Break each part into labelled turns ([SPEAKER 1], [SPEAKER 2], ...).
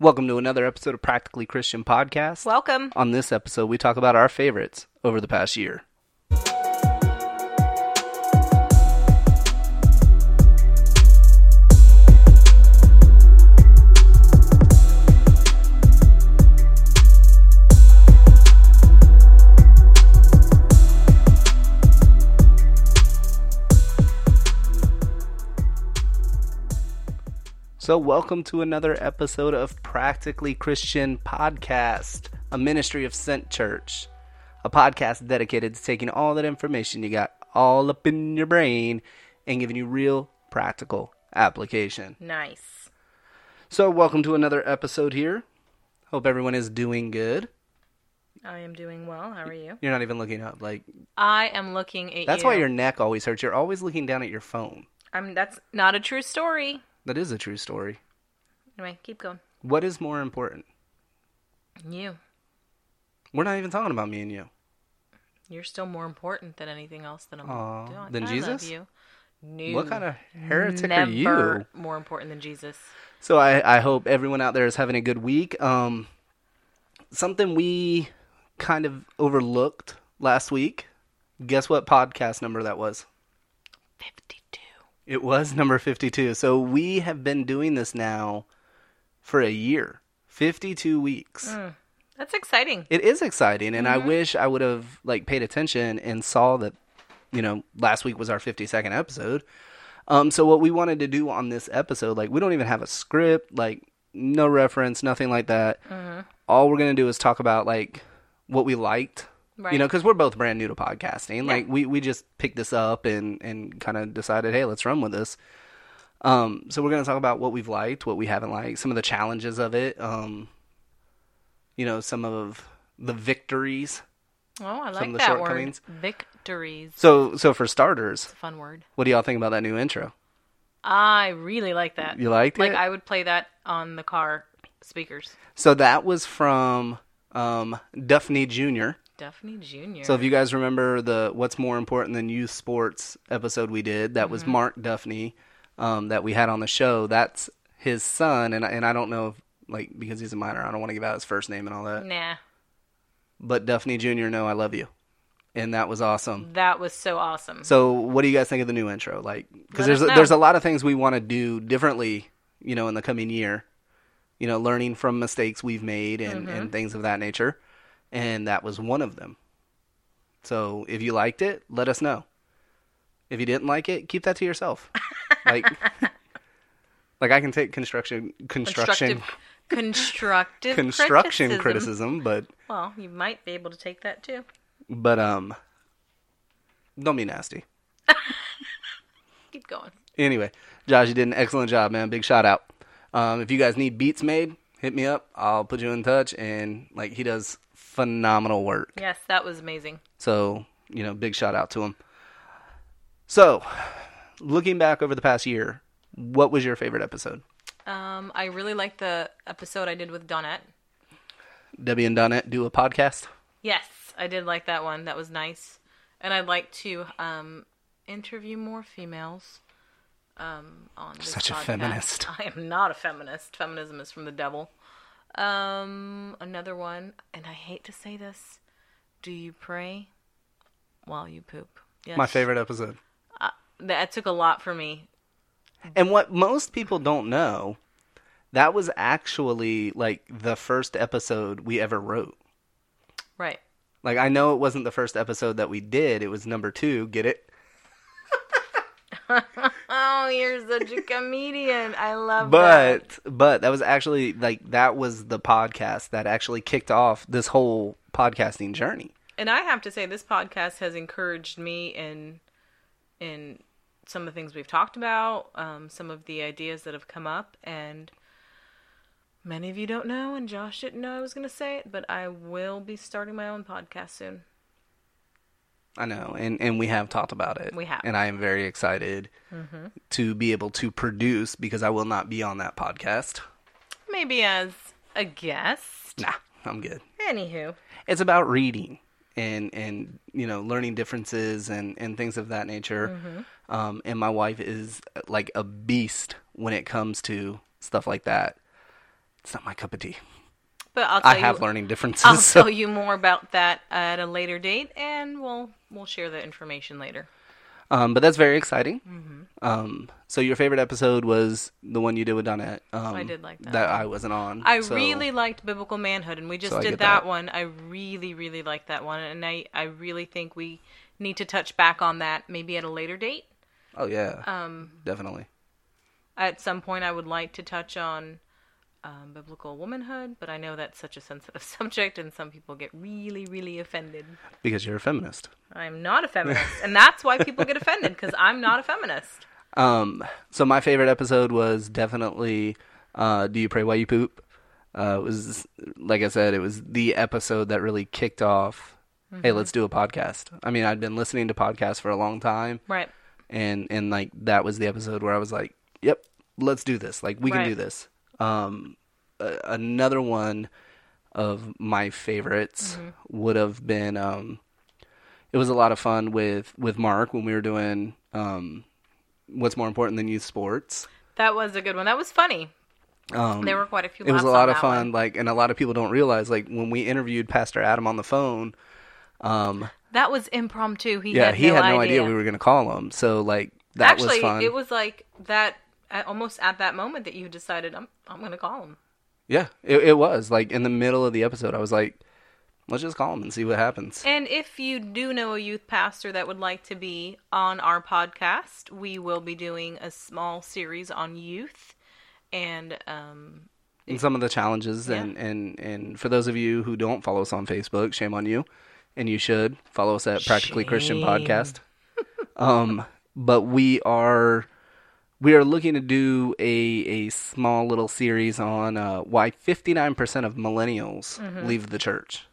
[SPEAKER 1] Welcome to another episode of Practically Christian Podcast.
[SPEAKER 2] Welcome.
[SPEAKER 1] On this episode, we talk about our favorites over the past year. So, welcome to another episode of Practically Christian Podcast, a ministry of Sent Church, a podcast dedicated to taking all that information you got all up in your brain and giving you real practical application.
[SPEAKER 2] Nice.
[SPEAKER 1] So, welcome to another episode here. Hope everyone is doing good.
[SPEAKER 2] I am doing well. How are you?
[SPEAKER 1] You're not even looking up. Like
[SPEAKER 2] I am looking at
[SPEAKER 1] that's
[SPEAKER 2] you.
[SPEAKER 1] why your neck always hurts. You're always looking down at your phone.
[SPEAKER 2] I'm that's not a true story.
[SPEAKER 1] That is a true story.
[SPEAKER 2] Anyway, keep going.
[SPEAKER 1] What is more important?
[SPEAKER 2] You.
[SPEAKER 1] We're not even talking about me and you.
[SPEAKER 2] You're still more important than anything else that I'm
[SPEAKER 1] Aw,
[SPEAKER 2] doing.
[SPEAKER 1] than
[SPEAKER 2] I Love
[SPEAKER 1] Jesus?
[SPEAKER 2] you. No.
[SPEAKER 1] What kind of heretic
[SPEAKER 2] Never
[SPEAKER 1] are you?
[SPEAKER 2] more important than Jesus.
[SPEAKER 1] So I, I hope everyone out there is having a good week. Um, something we kind of overlooked last week. Guess what podcast number that was?
[SPEAKER 2] Fifty two.
[SPEAKER 1] It was number 52. So we have been doing this now for a year 52 weeks.
[SPEAKER 2] That's exciting.
[SPEAKER 1] It is exciting. And I wish I would have like paid attention and saw that, you know, last week was our 52nd episode. Um, so what we wanted to do on this episode, like we don't even have a script, like no reference, nothing like that. All we're gonna do is talk about like what we liked, you
[SPEAKER 2] Right.
[SPEAKER 1] know, because we're both brand new to podcasting. Like we we just picked this up and and kind of decided, hey, let's run with this. Um, so we're gonna talk about what we've liked, what we haven't liked, some of the challenges of it. Um, you know, some of the victories.
[SPEAKER 2] Oh, I
[SPEAKER 1] Some of
[SPEAKER 2] like
[SPEAKER 1] the
[SPEAKER 2] that word.
[SPEAKER 1] shortcomings.
[SPEAKER 2] Victories.
[SPEAKER 1] So so for starters,
[SPEAKER 2] It's a fun word.
[SPEAKER 1] what do y'all think about that new intro?
[SPEAKER 2] I really like that.
[SPEAKER 1] You liked
[SPEAKER 2] like
[SPEAKER 1] it?
[SPEAKER 2] I would play that on the car speakers.
[SPEAKER 1] So that was from um, Duffney Jr.
[SPEAKER 2] Daphne Jr.
[SPEAKER 1] So if you guys remember the "What's More Important Than Youth Sports" episode we did, that
[SPEAKER 2] Mm-hmm.
[SPEAKER 1] was Mark Duffney um, that we had on the show. That's his son, and I- and I don't know if like because he's a minor, I don't want to give out his first name and all that.
[SPEAKER 2] nah.
[SPEAKER 1] But Duffney Jr. No, I love you, and that was awesome.
[SPEAKER 2] That was so awesome.
[SPEAKER 1] So what do you guys think of the new intro? Like because
[SPEAKER 2] Let
[SPEAKER 1] there's
[SPEAKER 2] us
[SPEAKER 1] a,
[SPEAKER 2] know.
[SPEAKER 1] there's a lot of things we want to do differently, you know, in the coming year. You know, learning from mistakes we've made and,
[SPEAKER 2] Mm-hmm.
[SPEAKER 1] and things of that nature, and that was one of them. So if you liked it, let us know. If you didn't like it, keep that to yourself. like, like I can take construction construction
[SPEAKER 2] constructive, constructive
[SPEAKER 1] construction
[SPEAKER 2] criticism.
[SPEAKER 1] criticism, but
[SPEAKER 2] Well, you might be able to take that too.
[SPEAKER 1] but um, don't be nasty.
[SPEAKER 2] Keep going.
[SPEAKER 1] Anyway, Josh, you did an excellent job, man. Big shout out. Um, if you guys need beats made, hit me up. I'll put you in touch. And like he does phenomenal work.
[SPEAKER 2] Yes, that was amazing.
[SPEAKER 1] So you know, big shout out to him. So, looking back over the past year, what was your favorite episode?
[SPEAKER 2] Um, I really liked the episode I did with Donette.
[SPEAKER 1] Debbie and Donette do a podcast.
[SPEAKER 2] Yes, I did like that one. That was nice, and I'd like to um, interview more females. Um, on this
[SPEAKER 1] Such a
[SPEAKER 2] podcast.
[SPEAKER 1] feminist.
[SPEAKER 2] I am not a feminist. Feminism is from the devil. Um, another one, and I hate to say this: Do you pray while you poop? Yes.
[SPEAKER 1] My favorite episode.
[SPEAKER 2] That took a lot for me.
[SPEAKER 1] And what most people don't know, that was actually like the first episode we ever wrote.
[SPEAKER 2] Right.
[SPEAKER 1] Like I know it wasn't the first episode that we did. It was number two. Get it?
[SPEAKER 2] Oh, you're such a comedian. I love that.
[SPEAKER 1] But but that was actually like that was the podcast that actually kicked off this whole podcasting journey.
[SPEAKER 2] And I have to say this podcast has encouraged me in in some of the things we've talked about, um, some of the ideas that have come up and many of you don't know and Josh didn't know I was gonna say it, but I will be starting my own podcast soon.
[SPEAKER 1] I know, and and we have talked about it.
[SPEAKER 2] We have. Mm-hmm.
[SPEAKER 1] and I am very excited to be able to produce because I will not be on that podcast.
[SPEAKER 2] Maybe as a guest.
[SPEAKER 1] Nah, I'm good.
[SPEAKER 2] Anywho.
[SPEAKER 1] It's about reading and and you know learning differences and and things of that nature.
[SPEAKER 2] Mm-hmm.
[SPEAKER 1] Um, and my wife is like a beast when it comes to stuff like that. It's not my cup of tea.
[SPEAKER 2] But I'll tell
[SPEAKER 1] I have
[SPEAKER 2] you, Oh,
[SPEAKER 1] learning differences.
[SPEAKER 2] I'll
[SPEAKER 1] so-
[SPEAKER 2] tell you more about that at a later date, and we'll we'll share the information later.
[SPEAKER 1] Um, but that's very exciting.
[SPEAKER 2] Mm-hmm.
[SPEAKER 1] Um, so your favorite episode was the one you did with Donette. Um,
[SPEAKER 2] I did like that
[SPEAKER 1] That I wasn't on.
[SPEAKER 2] I
[SPEAKER 1] so-
[SPEAKER 2] really liked Biblical Manhood, and we just
[SPEAKER 1] So I
[SPEAKER 2] did
[SPEAKER 1] get
[SPEAKER 2] that,
[SPEAKER 1] that.
[SPEAKER 2] one. I really, really liked that one, and I, I really think we need to touch back on that maybe at a later date.
[SPEAKER 1] Oh yeah,
[SPEAKER 2] Um,
[SPEAKER 1] definitely.
[SPEAKER 2] at some point, I would like to touch on um, biblical womanhood, but I know that's such a sensitive subject, and some people get really, really offended.
[SPEAKER 1] Because you're a feminist.
[SPEAKER 2] I'm not a feminist, and that's why people get offended because I'm not a feminist.
[SPEAKER 1] Um, so my favorite episode was definitely uh, "Do You Pray While You Poop." Uh, it was like I said, it was the episode that really kicked off. Hey,
[SPEAKER 2] Mm-hmm.
[SPEAKER 1] let's do a podcast. I mean, I'd been listening to podcasts for a long time,
[SPEAKER 2] Right.
[SPEAKER 1] and and like that was the episode where I was like, "Yep, let's do this. Like we
[SPEAKER 2] Right.
[SPEAKER 1] can do this." Um, a- another one of my favorites
[SPEAKER 2] Mm-hmm.
[SPEAKER 1] would have been. Um, it was a lot of fun with with Mark when we were doing um, what's more important than youth sports.
[SPEAKER 2] That was a good one. That was funny.
[SPEAKER 1] Um,
[SPEAKER 2] There were quite a few.
[SPEAKER 1] it was
[SPEAKER 2] laughs
[SPEAKER 1] a lot
[SPEAKER 2] on
[SPEAKER 1] of
[SPEAKER 2] that
[SPEAKER 1] fun.
[SPEAKER 2] one.
[SPEAKER 1] Like, and a lot of people don't realize like when we interviewed Pastor Adam on the phone. Um,
[SPEAKER 2] That was impromptu. He
[SPEAKER 1] yeah,
[SPEAKER 2] had
[SPEAKER 1] he
[SPEAKER 2] no
[SPEAKER 1] had no
[SPEAKER 2] idea.
[SPEAKER 1] idea. we were going to call him. So like that
[SPEAKER 2] Actually,
[SPEAKER 1] was fun.
[SPEAKER 2] it was like that at- almost at that moment that you decided I'm I'm gonna call him.
[SPEAKER 1] Yeah, it, it was like in the middle of the episode. I was like, let's just call him and see what happens.
[SPEAKER 2] And if you do know a youth pastor that would like to be on our podcast, we will be doing a small series on youth, and um,
[SPEAKER 1] And some of the challenges, and, and and for those of you who don't follow us on Facebook, shame on you, and you should follow us at Practically Christian
[SPEAKER 2] Shame.
[SPEAKER 1] Podcast. um, but we are we are looking to do a a small little series on uh, why fifty nine percent of millennials leave the church.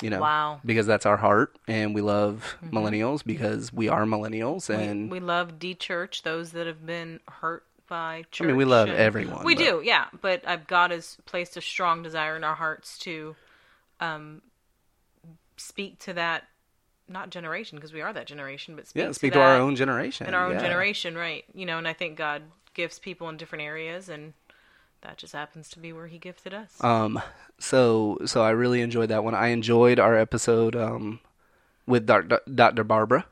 [SPEAKER 1] You know,
[SPEAKER 2] Wow.
[SPEAKER 1] because that's our heart, and we love millennials because we are millennials, and
[SPEAKER 2] Mm-hmm. we love D Church those that have been hurt by
[SPEAKER 1] I
[SPEAKER 2] church.
[SPEAKER 1] mean, we love
[SPEAKER 2] and-
[SPEAKER 1] everyone.
[SPEAKER 2] We
[SPEAKER 1] but-
[SPEAKER 2] do, yeah. But I've God has placed a strong desire in our hearts to um, speak to that, not generation, because we are that generation, but speak
[SPEAKER 1] Yeah, speak
[SPEAKER 2] to,
[SPEAKER 1] to our
[SPEAKER 2] that
[SPEAKER 1] own generation.
[SPEAKER 2] in our own
[SPEAKER 1] yeah.
[SPEAKER 2] generation, right? You know, and I think God gifts people in different areas, and that just happens to be where He gifted us.
[SPEAKER 1] Um, so so I really enjoyed that one. I enjoyed our episode um with Doc, Dr. Barbara.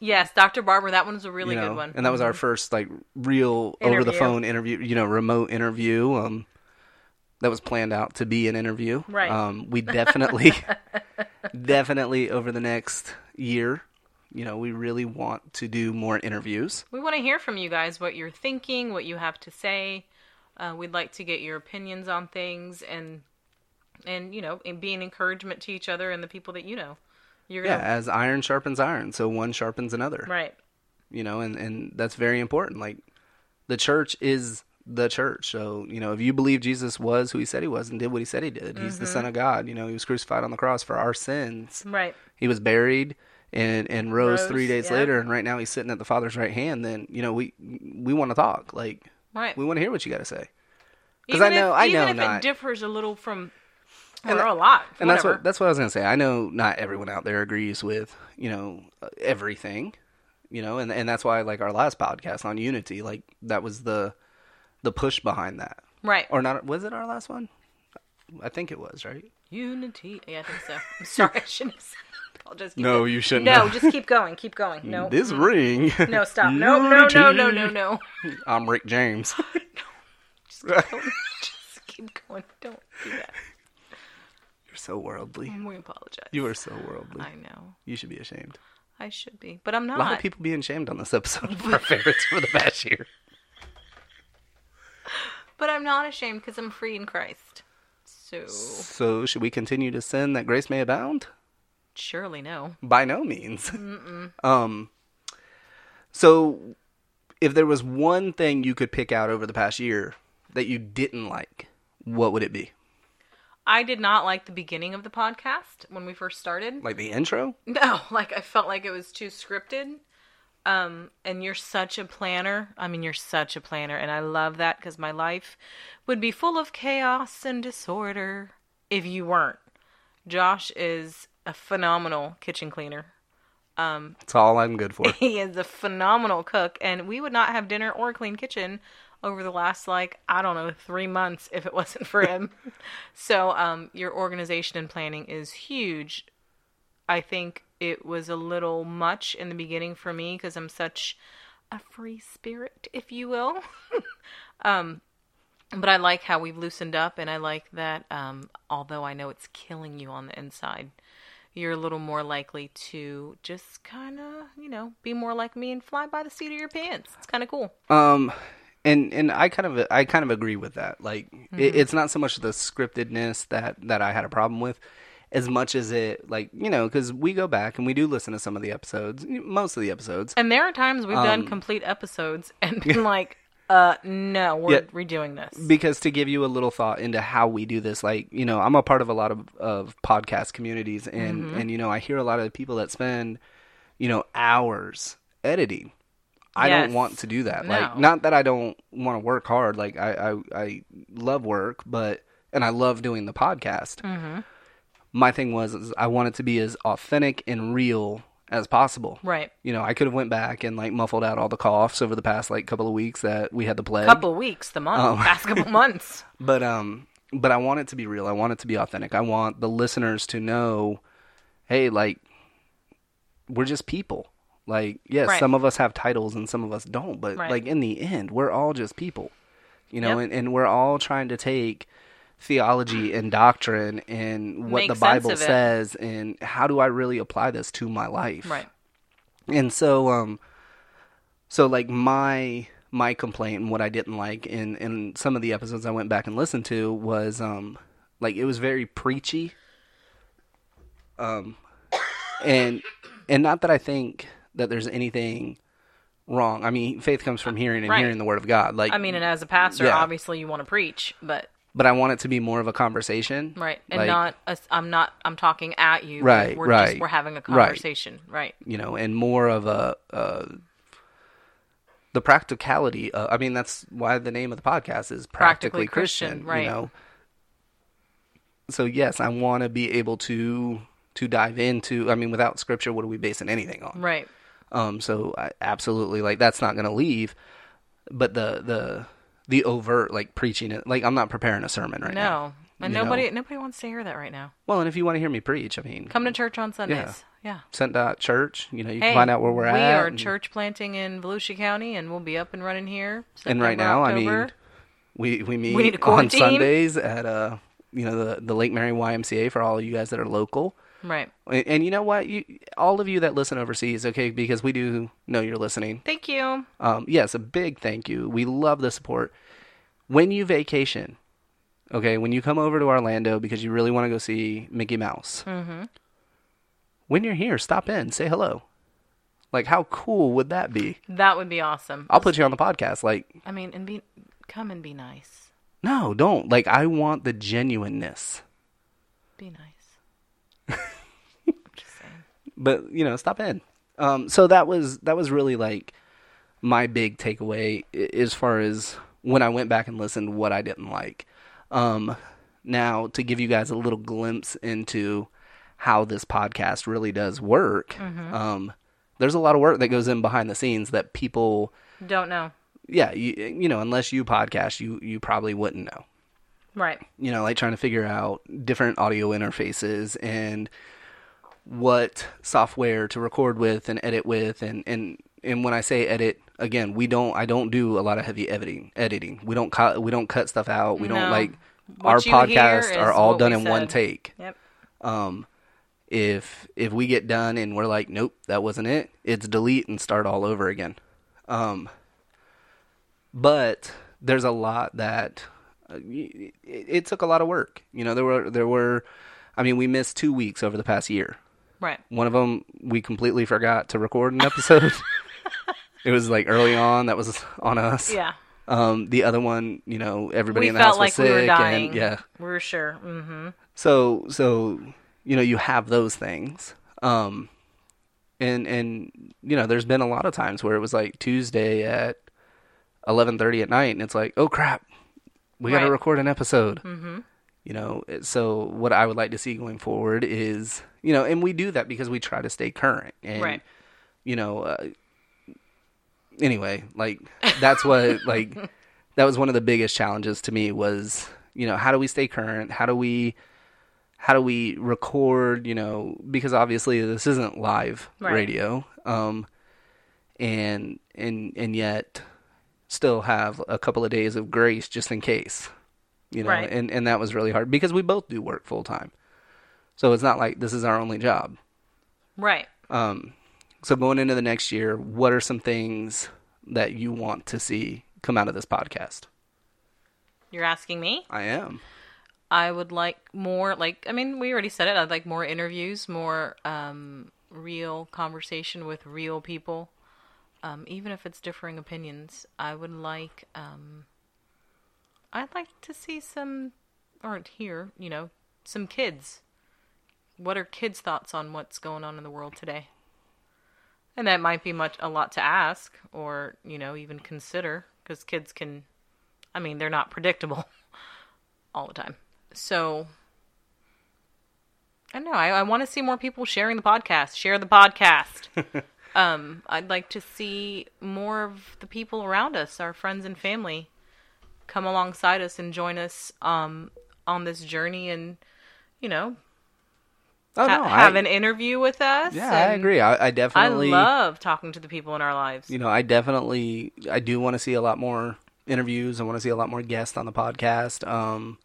[SPEAKER 2] yes, Dr. Barber, that one was a really
[SPEAKER 1] you know,
[SPEAKER 2] good one. Mm-hmm.
[SPEAKER 1] And that was our first like real over the phone interview, you know, remote interview. Um, that was planned out to be an interview.
[SPEAKER 2] Right.
[SPEAKER 1] Um, we definitely, definitely over the next year, you know, we really want to do more interviews.
[SPEAKER 2] We want to hear from you guys what you're thinking, what you have to say. Uh, we'd like to get your opinions on things and and you know and be an encouragement to each other and the people that you know. You're
[SPEAKER 1] Yeah,
[SPEAKER 2] gonna
[SPEAKER 1] as iron sharpens iron, so one sharpens another.
[SPEAKER 2] right.
[SPEAKER 1] you know and and that's very important like the church is the church so you know if you believe jesus was who he said he was and did what he said he did he's the
[SPEAKER 2] Mm-hmm.
[SPEAKER 1] son of god you know he was crucified on the cross for our sins
[SPEAKER 2] Right.
[SPEAKER 1] he was buried and and rose,
[SPEAKER 2] Rose,
[SPEAKER 1] three days
[SPEAKER 2] yeah.
[SPEAKER 1] later and right now he's sitting at the father's right hand then you know we we want to talk like
[SPEAKER 2] Right.
[SPEAKER 1] we want to hear what you got to say because
[SPEAKER 2] Even
[SPEAKER 1] i know
[SPEAKER 2] if,
[SPEAKER 1] i
[SPEAKER 2] even
[SPEAKER 1] know
[SPEAKER 2] if
[SPEAKER 1] not
[SPEAKER 2] it differs a little from or a lot.
[SPEAKER 1] and that's
[SPEAKER 2] whatever.
[SPEAKER 1] what that's what I was gonna say. I know not everyone out there agrees with you know uh, everything, you know, and and that's why like our last podcast on unity, like that was the the push behind that,
[SPEAKER 2] right.
[SPEAKER 1] or not? Was it our last one? I think it was right.
[SPEAKER 2] Unity. Yeah, I think so. I'm sorry, I shouldn't have said that. I'll just keep
[SPEAKER 1] No, you shouldn't.
[SPEAKER 2] No, just keep going. Keep going. No.
[SPEAKER 1] This ring.
[SPEAKER 2] No, stop. No, no, no, no, no, no.
[SPEAKER 1] I'm Rick James.
[SPEAKER 2] Don't, just keep going. Don't do that.
[SPEAKER 1] You're so worldly.
[SPEAKER 2] We apologize.
[SPEAKER 1] You are so worldly.
[SPEAKER 2] I know.
[SPEAKER 1] You should be ashamed.
[SPEAKER 2] I should be, but I'm not.
[SPEAKER 1] A lot of people being shamed on this episode of our favorites for the past year.
[SPEAKER 2] But I'm not ashamed because I'm free in Christ. So
[SPEAKER 1] So should we continue to sin that grace may abound?
[SPEAKER 2] surely no.
[SPEAKER 1] By no means. Um, so, if there was one thing you could pick out over the past year that you didn't like, what would it be?
[SPEAKER 2] I did not like the beginning of the podcast when we first started.
[SPEAKER 1] Like the intro?
[SPEAKER 2] No, like I felt like it was too scripted. Um, and you're such a planner. I mean, you're such a planner, and I love that because my life would be full of chaos and disorder if you weren't. Josh is a phenomenal kitchen cleaner.
[SPEAKER 1] That's all I'm good for.
[SPEAKER 2] He is a phenomenal cook, and we would not have dinner or a clean kitchen over the last like I don't know three months if it wasn't for him. so um, your organization and planning is huge. I think it was a little much in the beginning for me because I'm such a free spirit, if you will. um, but I like how we've loosened up, and I like that. Um, although I know it's killing you on the inside, you're a little more likely to just kind of, you know, be more like me and fly by the seat of your pants. It's kind of cool.
[SPEAKER 1] Um, and and I kind of I kind of agree with that. Like it, it's not so much the scriptedness that that I had a problem with, as much as it like you know because we go back and we do listen to some of the episodes, most of the episodes.
[SPEAKER 2] And there are times we've done
[SPEAKER 1] Um,
[SPEAKER 2] complete episodes and been like, uh, no, we're redoing this.
[SPEAKER 1] because to give you a little thought into how we do this like you know i'm a part of a lot of, of podcast communities and
[SPEAKER 2] Mm-hmm.
[SPEAKER 1] and you know i hear a lot of people that spend you know hours editing i don't
[SPEAKER 2] Yes.
[SPEAKER 1] want to do that like
[SPEAKER 2] No.
[SPEAKER 1] not that i don't want to work hard like I, I i love work but and i love doing the podcast
[SPEAKER 2] Mm-hmm.
[SPEAKER 1] my thing was is i wanted to be as authentic and real as possible
[SPEAKER 2] Right.
[SPEAKER 1] you know i could have went back and like muffled out all the coughs over the past like couple of weeks that we had the plague
[SPEAKER 2] Couple weeks, the
[SPEAKER 1] Oh.
[SPEAKER 2] month, past couple months.
[SPEAKER 1] but um but i want it to be real i want it to be authentic i want the listeners to know hey like we're just people like yes
[SPEAKER 2] Right.
[SPEAKER 1] some of us have titles and some of us don't but
[SPEAKER 2] Right.
[SPEAKER 1] like in the end we're all just people you know
[SPEAKER 2] Yep.
[SPEAKER 1] and, and we're all trying to take theology and doctrine and what
[SPEAKER 2] Make
[SPEAKER 1] the
[SPEAKER 2] sense
[SPEAKER 1] bible
[SPEAKER 2] of it.
[SPEAKER 1] says and how do i really apply this to my life
[SPEAKER 2] Right.
[SPEAKER 1] and so um so like my my complaint and what I didn't like in in some of the episodes I went back and listened to was um like it was very preachy. Um and and not that I think that there's anything wrong. I mean, faith comes from hearing and
[SPEAKER 2] Right.
[SPEAKER 1] hearing the word of God. Like
[SPEAKER 2] I mean, and as a pastor,
[SPEAKER 1] Yeah.
[SPEAKER 2] obviously you want to preach, but
[SPEAKER 1] but I want it to be more of a conversation.
[SPEAKER 2] right, and
[SPEAKER 1] Like,
[SPEAKER 2] not i I'm not I'm talking at you. but
[SPEAKER 1] Right,
[SPEAKER 2] we're
[SPEAKER 1] right,
[SPEAKER 2] Just, we're having a
[SPEAKER 1] right.
[SPEAKER 2] conversation. Right.
[SPEAKER 1] you know, and more of a, uh, the practicality. Of, I mean, that's why the name of the podcast is practically,
[SPEAKER 2] Practically
[SPEAKER 1] Christian,
[SPEAKER 2] Christian,
[SPEAKER 1] You
[SPEAKER 2] right.
[SPEAKER 1] know. So yes, I want to be able to to dive into. I mean, without scripture, what are we basing anything on?
[SPEAKER 2] Right.
[SPEAKER 1] Um, so I, absolutely, like that's not going to leave. But the the the overt like preaching it, like I'm not preparing a sermon right now.
[SPEAKER 2] No, and
[SPEAKER 1] You know.
[SPEAKER 2] nobody nobody wants to hear that right now.
[SPEAKER 1] Well, and if you want to hear me preach, I mean,
[SPEAKER 2] Come to church on Sundays. Yeah.
[SPEAKER 1] sent dot church. You know, you
[SPEAKER 2] Hey,
[SPEAKER 1] can find out where we're
[SPEAKER 2] We
[SPEAKER 1] at.
[SPEAKER 2] are
[SPEAKER 1] and-
[SPEAKER 2] church planting in Volusia County, and we'll be up and running here.
[SPEAKER 1] and right
[SPEAKER 2] September,
[SPEAKER 1] now, I
[SPEAKER 2] October.
[SPEAKER 1] mean, we we meet
[SPEAKER 2] need to
[SPEAKER 1] on
[SPEAKER 2] quarantine.
[SPEAKER 1] Sundays at uh you know the the Lake Mary YMCA for all of you guys that are local.
[SPEAKER 2] right?
[SPEAKER 1] And, and you know what, you all of you that listen overseas, okay, because we do know you're listening.
[SPEAKER 2] Thank you.
[SPEAKER 1] Um, yes, a big thank you. We love the support. When you vacation, okay, when you come over to Orlando because you really want to go see Mickey Mouse. Mm-hmm. When you're here, stop in, say hello. Like, how cool would that be?
[SPEAKER 2] That would be awesome.
[SPEAKER 1] I'll put you on the podcast. Like,
[SPEAKER 2] I mean, and be come and be nice.
[SPEAKER 1] No, don't. Like I want the genuineness.
[SPEAKER 2] Be nice. I'm just saying.
[SPEAKER 1] But, you know, stop in. Um so that was that was really like my big takeaway i- as far as when I went back and listened what I didn't like. Um now to give you guys a little glimpse into how this podcast really does work. Um there's a lot of work that goes in behind the scenes that people
[SPEAKER 2] Don't know.
[SPEAKER 1] yeah, you, you know, unless you podcast, you you probably wouldn't know.
[SPEAKER 2] Right.
[SPEAKER 1] you know, like trying to figure out different audio interfaces and what software to record with and edit with and and and when I say edit again, we don't I don't do a lot of heavy editing. Editing. We don't cut we don't cut stuff out. We don't
[SPEAKER 2] No.
[SPEAKER 1] like
[SPEAKER 2] What
[SPEAKER 1] our
[SPEAKER 2] you hear
[SPEAKER 1] podcasts are
[SPEAKER 2] is
[SPEAKER 1] all
[SPEAKER 2] what
[SPEAKER 1] done
[SPEAKER 2] we
[SPEAKER 1] in one
[SPEAKER 2] said.
[SPEAKER 1] take.
[SPEAKER 2] Yep.
[SPEAKER 1] If if we get done and we're like, nope, that wasn't it, it's delete and start all over again. Um, but there's a lot that uh, y- it, it took a lot of work. You know, there were there were, I mean, we missed two weeks over the past year.
[SPEAKER 2] Right.
[SPEAKER 1] One of them we completely forgot to record an episode. it was like early on. That was on us.
[SPEAKER 2] Yeah.
[SPEAKER 1] Um, the other one, you know, everybody
[SPEAKER 2] We
[SPEAKER 1] in the
[SPEAKER 2] felt
[SPEAKER 1] house
[SPEAKER 2] like
[SPEAKER 1] was sick,
[SPEAKER 2] we were dying.
[SPEAKER 1] and yeah.
[SPEAKER 2] We were sure. hmm
[SPEAKER 1] So so you know you have those things. Um and and you know there's been a lot of times where it was like Tuesday at 11:30 at night and it's like, "Oh crap. We got to
[SPEAKER 2] Right. Mm-hmm.
[SPEAKER 1] record an episode." Mhm. You know, it- so what I would like to see going forward is, you know, and we do that because we try to stay current and
[SPEAKER 2] Right.
[SPEAKER 1] you know, uh, anyway, like that's what like that was one of the biggest challenges to me was you know how do we stay current how do we how do we record you know because obviously this isn't live
[SPEAKER 2] Right.
[SPEAKER 1] radio um and and and yet still have a couple of days of grace just in case you know
[SPEAKER 2] Right.
[SPEAKER 1] and and that was really hard because we both do work full time so it's not like this is our only job
[SPEAKER 2] Right.
[SPEAKER 1] um, so going into the next year, what are some things that you want to see come out of this podcast?
[SPEAKER 2] You're asking me?
[SPEAKER 1] I am.
[SPEAKER 2] I would like more like I mean we already said it I'd like more interviews more um real conversation with real people um even if it's differing opinions I would like um I'd like to see some aren't here you know some kids what are kids thoughts on what's going on in the world today and that might be much a lot to ask or you know even consider cuz kids can I mean they're not predictable all the time. So I don't know. I, I want to see more people sharing the podcast. Share the podcast. um, I'd like to see more of the people around us, our friends and family, come alongside us and join us um, on this journey and, you know,
[SPEAKER 1] Oh
[SPEAKER 2] ha-
[SPEAKER 1] no,
[SPEAKER 2] have
[SPEAKER 1] I,
[SPEAKER 2] an interview with us.
[SPEAKER 1] yeah, I
[SPEAKER 2] and
[SPEAKER 1] agree. I, I
[SPEAKER 2] I
[SPEAKER 1] definitely,
[SPEAKER 2] love talking to the people in our lives.
[SPEAKER 1] you know, I definitely, I do want to see a lot more interviews. I want to see a lot more guests on the podcast. Um,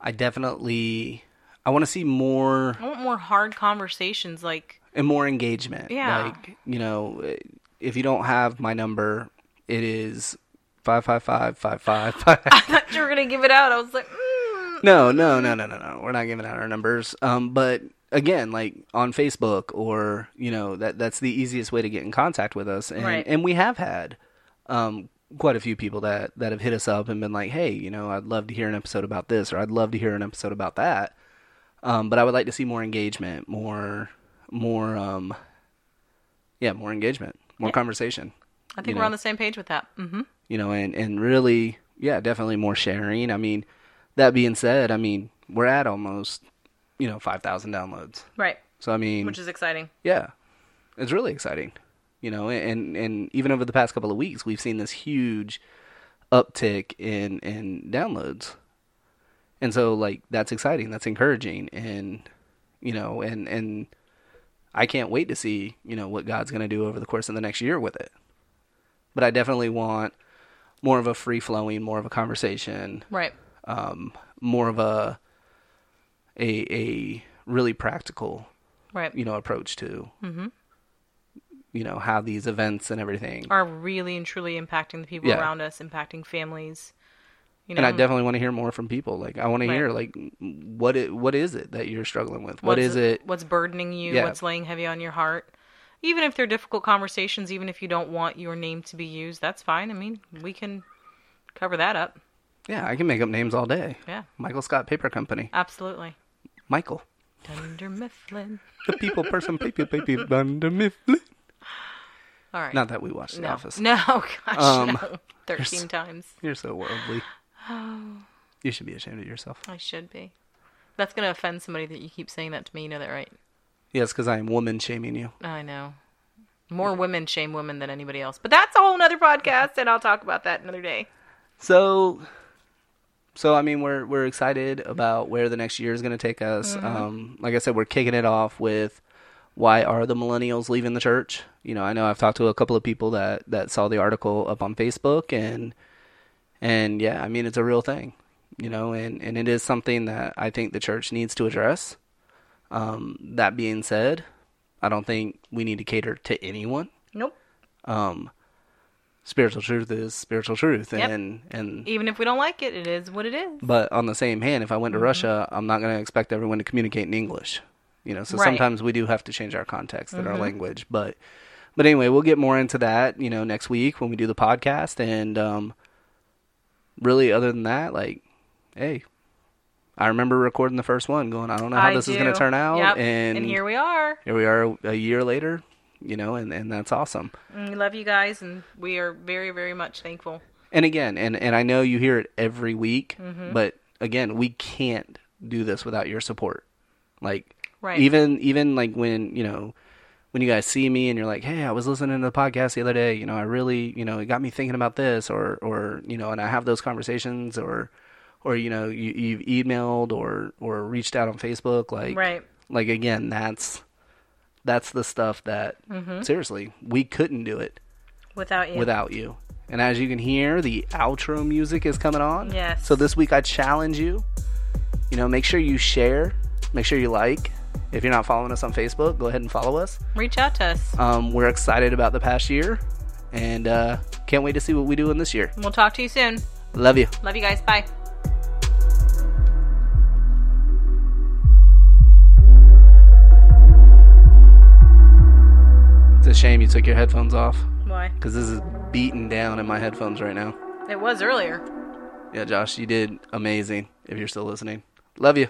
[SPEAKER 1] I definitely, I want to see more
[SPEAKER 2] I want more hard conversations like,
[SPEAKER 1] and more engagement.
[SPEAKER 2] Yeah.
[SPEAKER 1] Like, you know, if you don't have my number, it is five five five five five five.
[SPEAKER 2] I thought you were going to give it out. I was like, mm,
[SPEAKER 1] No, no, no, no, no, no. We're not giving out our numbers. Um, but again, like on Facebook or you know that that's the easiest way to get in contact with us, and
[SPEAKER 2] Right.
[SPEAKER 1] and we have had um quite a few people that that have hit us up and been like, hey, you know, I'd love to hear an episode about this, or I'd love to hear an episode about that. Um, but I would like to see more engagement, more, more, um, yeah, more engagement, more conversation
[SPEAKER 2] I think
[SPEAKER 1] you
[SPEAKER 2] we're
[SPEAKER 1] know.
[SPEAKER 2] on the same page with that. hmm
[SPEAKER 1] you know, and, and really, yeah, definitely more sharing. I mean, that being said, I mean, we're at almost, you know, 5,000 downloads.
[SPEAKER 2] Right.
[SPEAKER 1] So, I mean,
[SPEAKER 2] which is exciting.
[SPEAKER 1] yeah, it's really exciting, you know, and, and even over the past couple of weeks, we've seen this huge uptick in, in downloads. And so, like, that's exciting. That's encouraging. And, you know, and, and I can't wait to see, you know, what God's going to do over the course of the next year with it. But I definitely want more of a free flowing, more of a conversation,
[SPEAKER 2] Right.
[SPEAKER 1] um, more of a, a, a really practical
[SPEAKER 2] Right.
[SPEAKER 1] you know approach to
[SPEAKER 2] Mm-hmm.
[SPEAKER 1] you know how these events and everything
[SPEAKER 2] Are really and truly impacting the people
[SPEAKER 1] Yeah.
[SPEAKER 2] around us, impacting families. You know,
[SPEAKER 1] and i definitely want to hear more from people like i want to
[SPEAKER 2] Right.
[SPEAKER 1] hear like what it, what is it that you're struggling with what is
[SPEAKER 2] what's-
[SPEAKER 1] it
[SPEAKER 2] What's burdening you?
[SPEAKER 1] Yeah.
[SPEAKER 2] What's laying heavy on your heart? Even if they're difficult conversations, even if you don't want your name to be used, that's fine. I mean, we can cover that up.
[SPEAKER 1] yeah i can make up names all day
[SPEAKER 2] Yeah, Uh,
[SPEAKER 1] michael scott paper company
[SPEAKER 2] absolutely.
[SPEAKER 1] michael
[SPEAKER 2] Dunder Mifflin.
[SPEAKER 1] the people person paper paper under Mifflin.
[SPEAKER 2] All right.
[SPEAKER 1] not that we watched the
[SPEAKER 2] no.
[SPEAKER 1] office
[SPEAKER 2] No, gosh,
[SPEAKER 1] Um,
[SPEAKER 2] no. Thirteen times.
[SPEAKER 1] you're so worldly you should be ashamed of yourself
[SPEAKER 2] I should be. That's gonna offend somebody that you keep saying that to me. You know that, right?
[SPEAKER 1] yes because i am woman shaming you
[SPEAKER 2] I know. More women shame women than anybody else. But that's a whole nother podcast, and I'll talk about that another day.
[SPEAKER 1] So, so I mean, we're we're excited about where the next year is going to take us. Um, like I said, we're kicking it off with why are the millennials leaving the church? You know, I know I've talked to a couple of people that that saw the article up on Facebook, and and yeah, I mean, it's a real thing. You know, and and it is something that I think the church needs to address. Um, that being said, I don't think we need to cater to anyone.
[SPEAKER 2] Nope.
[SPEAKER 1] Um, spiritual truth is spiritual truth,
[SPEAKER 2] Yep.
[SPEAKER 1] and and
[SPEAKER 2] Even if we don't like it, it is what it is.
[SPEAKER 1] but on the same hand, if I
[SPEAKER 2] Mm-hmm.
[SPEAKER 1] went to Russia, I'm not going to expect everyone to communicate in English. You know, so
[SPEAKER 2] Right. Mm-hmm.
[SPEAKER 1] sometimes we do have to change our context and our language. But, but anyway, we'll get more into that. You know, next week when we do the podcast, and um, really, other than that, like, hey, I remember recording the first one, going, I don't know how
[SPEAKER 2] I
[SPEAKER 1] this is going
[SPEAKER 2] do.
[SPEAKER 1] to turn out,
[SPEAKER 2] Yep.
[SPEAKER 1] and,
[SPEAKER 2] here we are.
[SPEAKER 1] here we are a year later. You know, and and that's awesome.
[SPEAKER 2] And Mm, We love you guys, and we are very, very much thankful.
[SPEAKER 1] And again, and and I know you hear it every week,
[SPEAKER 2] Mm-hmm.
[SPEAKER 1] but again, we can't do this without your support. Like
[SPEAKER 2] Right.
[SPEAKER 1] even even like when, you know, when when you guys see me and you're like, "Hey, I was listening to the podcast the other day. You know, I really, you know, it got me thinking about this," or or you know, and I have those conversations, or or you know, you, you've emailed or or reached out on Facebook, like
[SPEAKER 2] Right.
[SPEAKER 1] like again, that's that's the stuff that
[SPEAKER 2] Mm-hmm.
[SPEAKER 1] seriously we couldn't do it
[SPEAKER 2] Without you.
[SPEAKER 1] without you. And as you can hear, the outro music is coming on.
[SPEAKER 2] Yes.
[SPEAKER 1] So this week I challenge you. You know, make sure you share, make sure you like. If you're not following us on Facebook, go ahead and follow us.
[SPEAKER 2] Reach out to us.
[SPEAKER 1] Um, we're excited about the past year and uh, can't wait to see what we do in this year.
[SPEAKER 2] We'll talk to you soon.
[SPEAKER 1] Love you.
[SPEAKER 2] Love you guys. Bye.
[SPEAKER 1] It's a shame you took your headphones off
[SPEAKER 2] Why?
[SPEAKER 1] because this is beaten down in my headphones right now.
[SPEAKER 2] It was earlier.
[SPEAKER 1] Yeah, Josh, you did amazing if you're still listening. Love you.